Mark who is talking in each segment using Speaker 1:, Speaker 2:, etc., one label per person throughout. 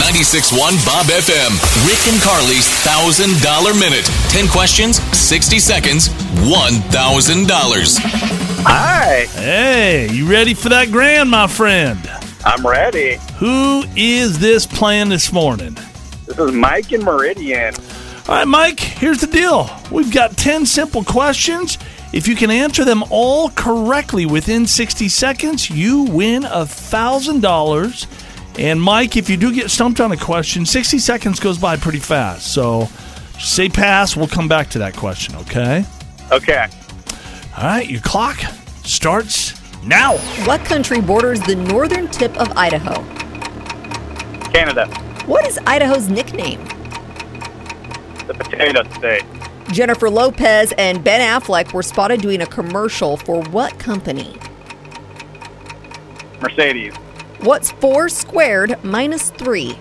Speaker 1: 961 Bob FM. Rick and Carly's $1,000 minute. 10 questions, 60 seconds, $1,000.
Speaker 2: Hi,
Speaker 3: Hey, you ready for that grand, my friend?
Speaker 2: I'm ready.
Speaker 3: Who is this playing this morning?
Speaker 2: This is Mike in Meridian.
Speaker 3: All right, Mike, here's the deal. We've got 10 simple questions. If you can answer them all correctly within 60 seconds, you win $1,000. And, Mike, if you do get stumped on a question, 60 seconds goes by pretty fast. So, just say pass. We'll come back to that question, okay?
Speaker 2: Okay,
Speaker 3: All right, your clock starts now.
Speaker 4: What country borders the northern tip of Idaho?
Speaker 2: Canada,
Speaker 4: What is Idaho's nickname?
Speaker 2: the potato state,
Speaker 4: Jennifer Lopez and Ben Affleck were spotted doing a commercial for what company?
Speaker 2: Mercedes,
Speaker 4: What's 4 squared minus 3?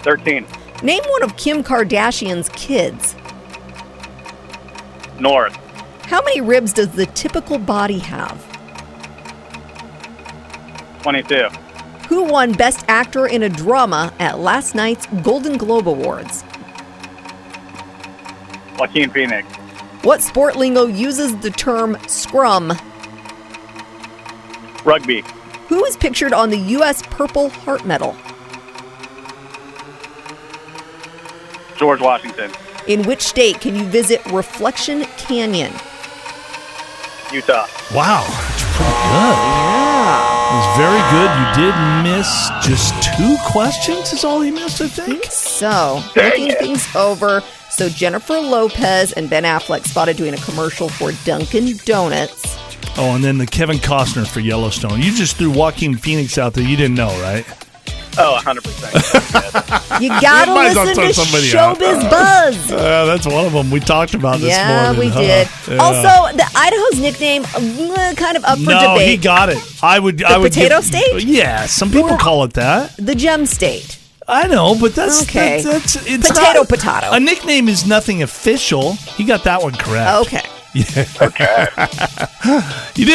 Speaker 2: 13,
Speaker 4: Name one of Kim Kardashian's kids.
Speaker 2: North,
Speaker 4: How many ribs does the typical body have?
Speaker 2: 22,
Speaker 4: Who won Best Actor in a Drama at last night's Golden Globe Awards?
Speaker 2: Joaquin Phoenix,
Speaker 4: What sport lingo uses the term scrum?
Speaker 2: rugby,
Speaker 4: Who is pictured on the U.S. Purple Heart Medal?
Speaker 2: George Washington,
Speaker 4: In which state can you visit Reflection Canyon?
Speaker 2: Utah.
Speaker 3: Wow, that's pretty good. Yeah. It was very good. You did miss just two questions, is all he missed, I think.
Speaker 4: So, looking things over. So, Jennifer Lopez and Ben Affleck spotted doing a commercial for Dunkin' Donuts.
Speaker 3: Oh, and then the Kevin Costner for Yellowstone. You just threw Joaquin Phoenix out there. You didn't know, right?
Speaker 2: Oh, 100%.
Speaker 4: You gotta
Speaker 3: Everybody's gonna
Speaker 4: listen to
Speaker 3: throw somebody out.
Speaker 4: Showbiz Buzz.
Speaker 3: Uh, that's one of them we talked about this
Speaker 4: yeah, we
Speaker 3: morning. huh?
Speaker 4: did.
Speaker 3: Yeah.
Speaker 4: Also, the Idaho's nickname uh, kind of up for
Speaker 3: no,
Speaker 4: debate.
Speaker 3: he got it. I would. I would
Speaker 4: potato
Speaker 3: give-
Speaker 4: state?
Speaker 3: Yeah, some people
Speaker 4: Or-
Speaker 3: call it that.
Speaker 4: the Gem State.
Speaker 3: I know, but that's
Speaker 4: Okay.
Speaker 3: That's, that's it's
Speaker 4: Potato,
Speaker 3: not-
Speaker 4: potato.
Speaker 3: A nickname is nothing official. He got that one correct.
Speaker 4: Okay.
Speaker 3: You did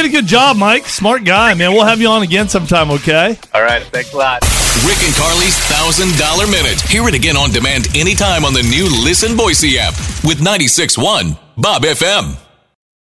Speaker 3: a good job, Mike. Smart guy, man. We'll have you on again sometime, okay?
Speaker 2: All right, thanks a lot.
Speaker 1: Rick and Carly's $1,000 minute. Hear it again on demand anytime on the new Listen Boise app with 961 Bob FM.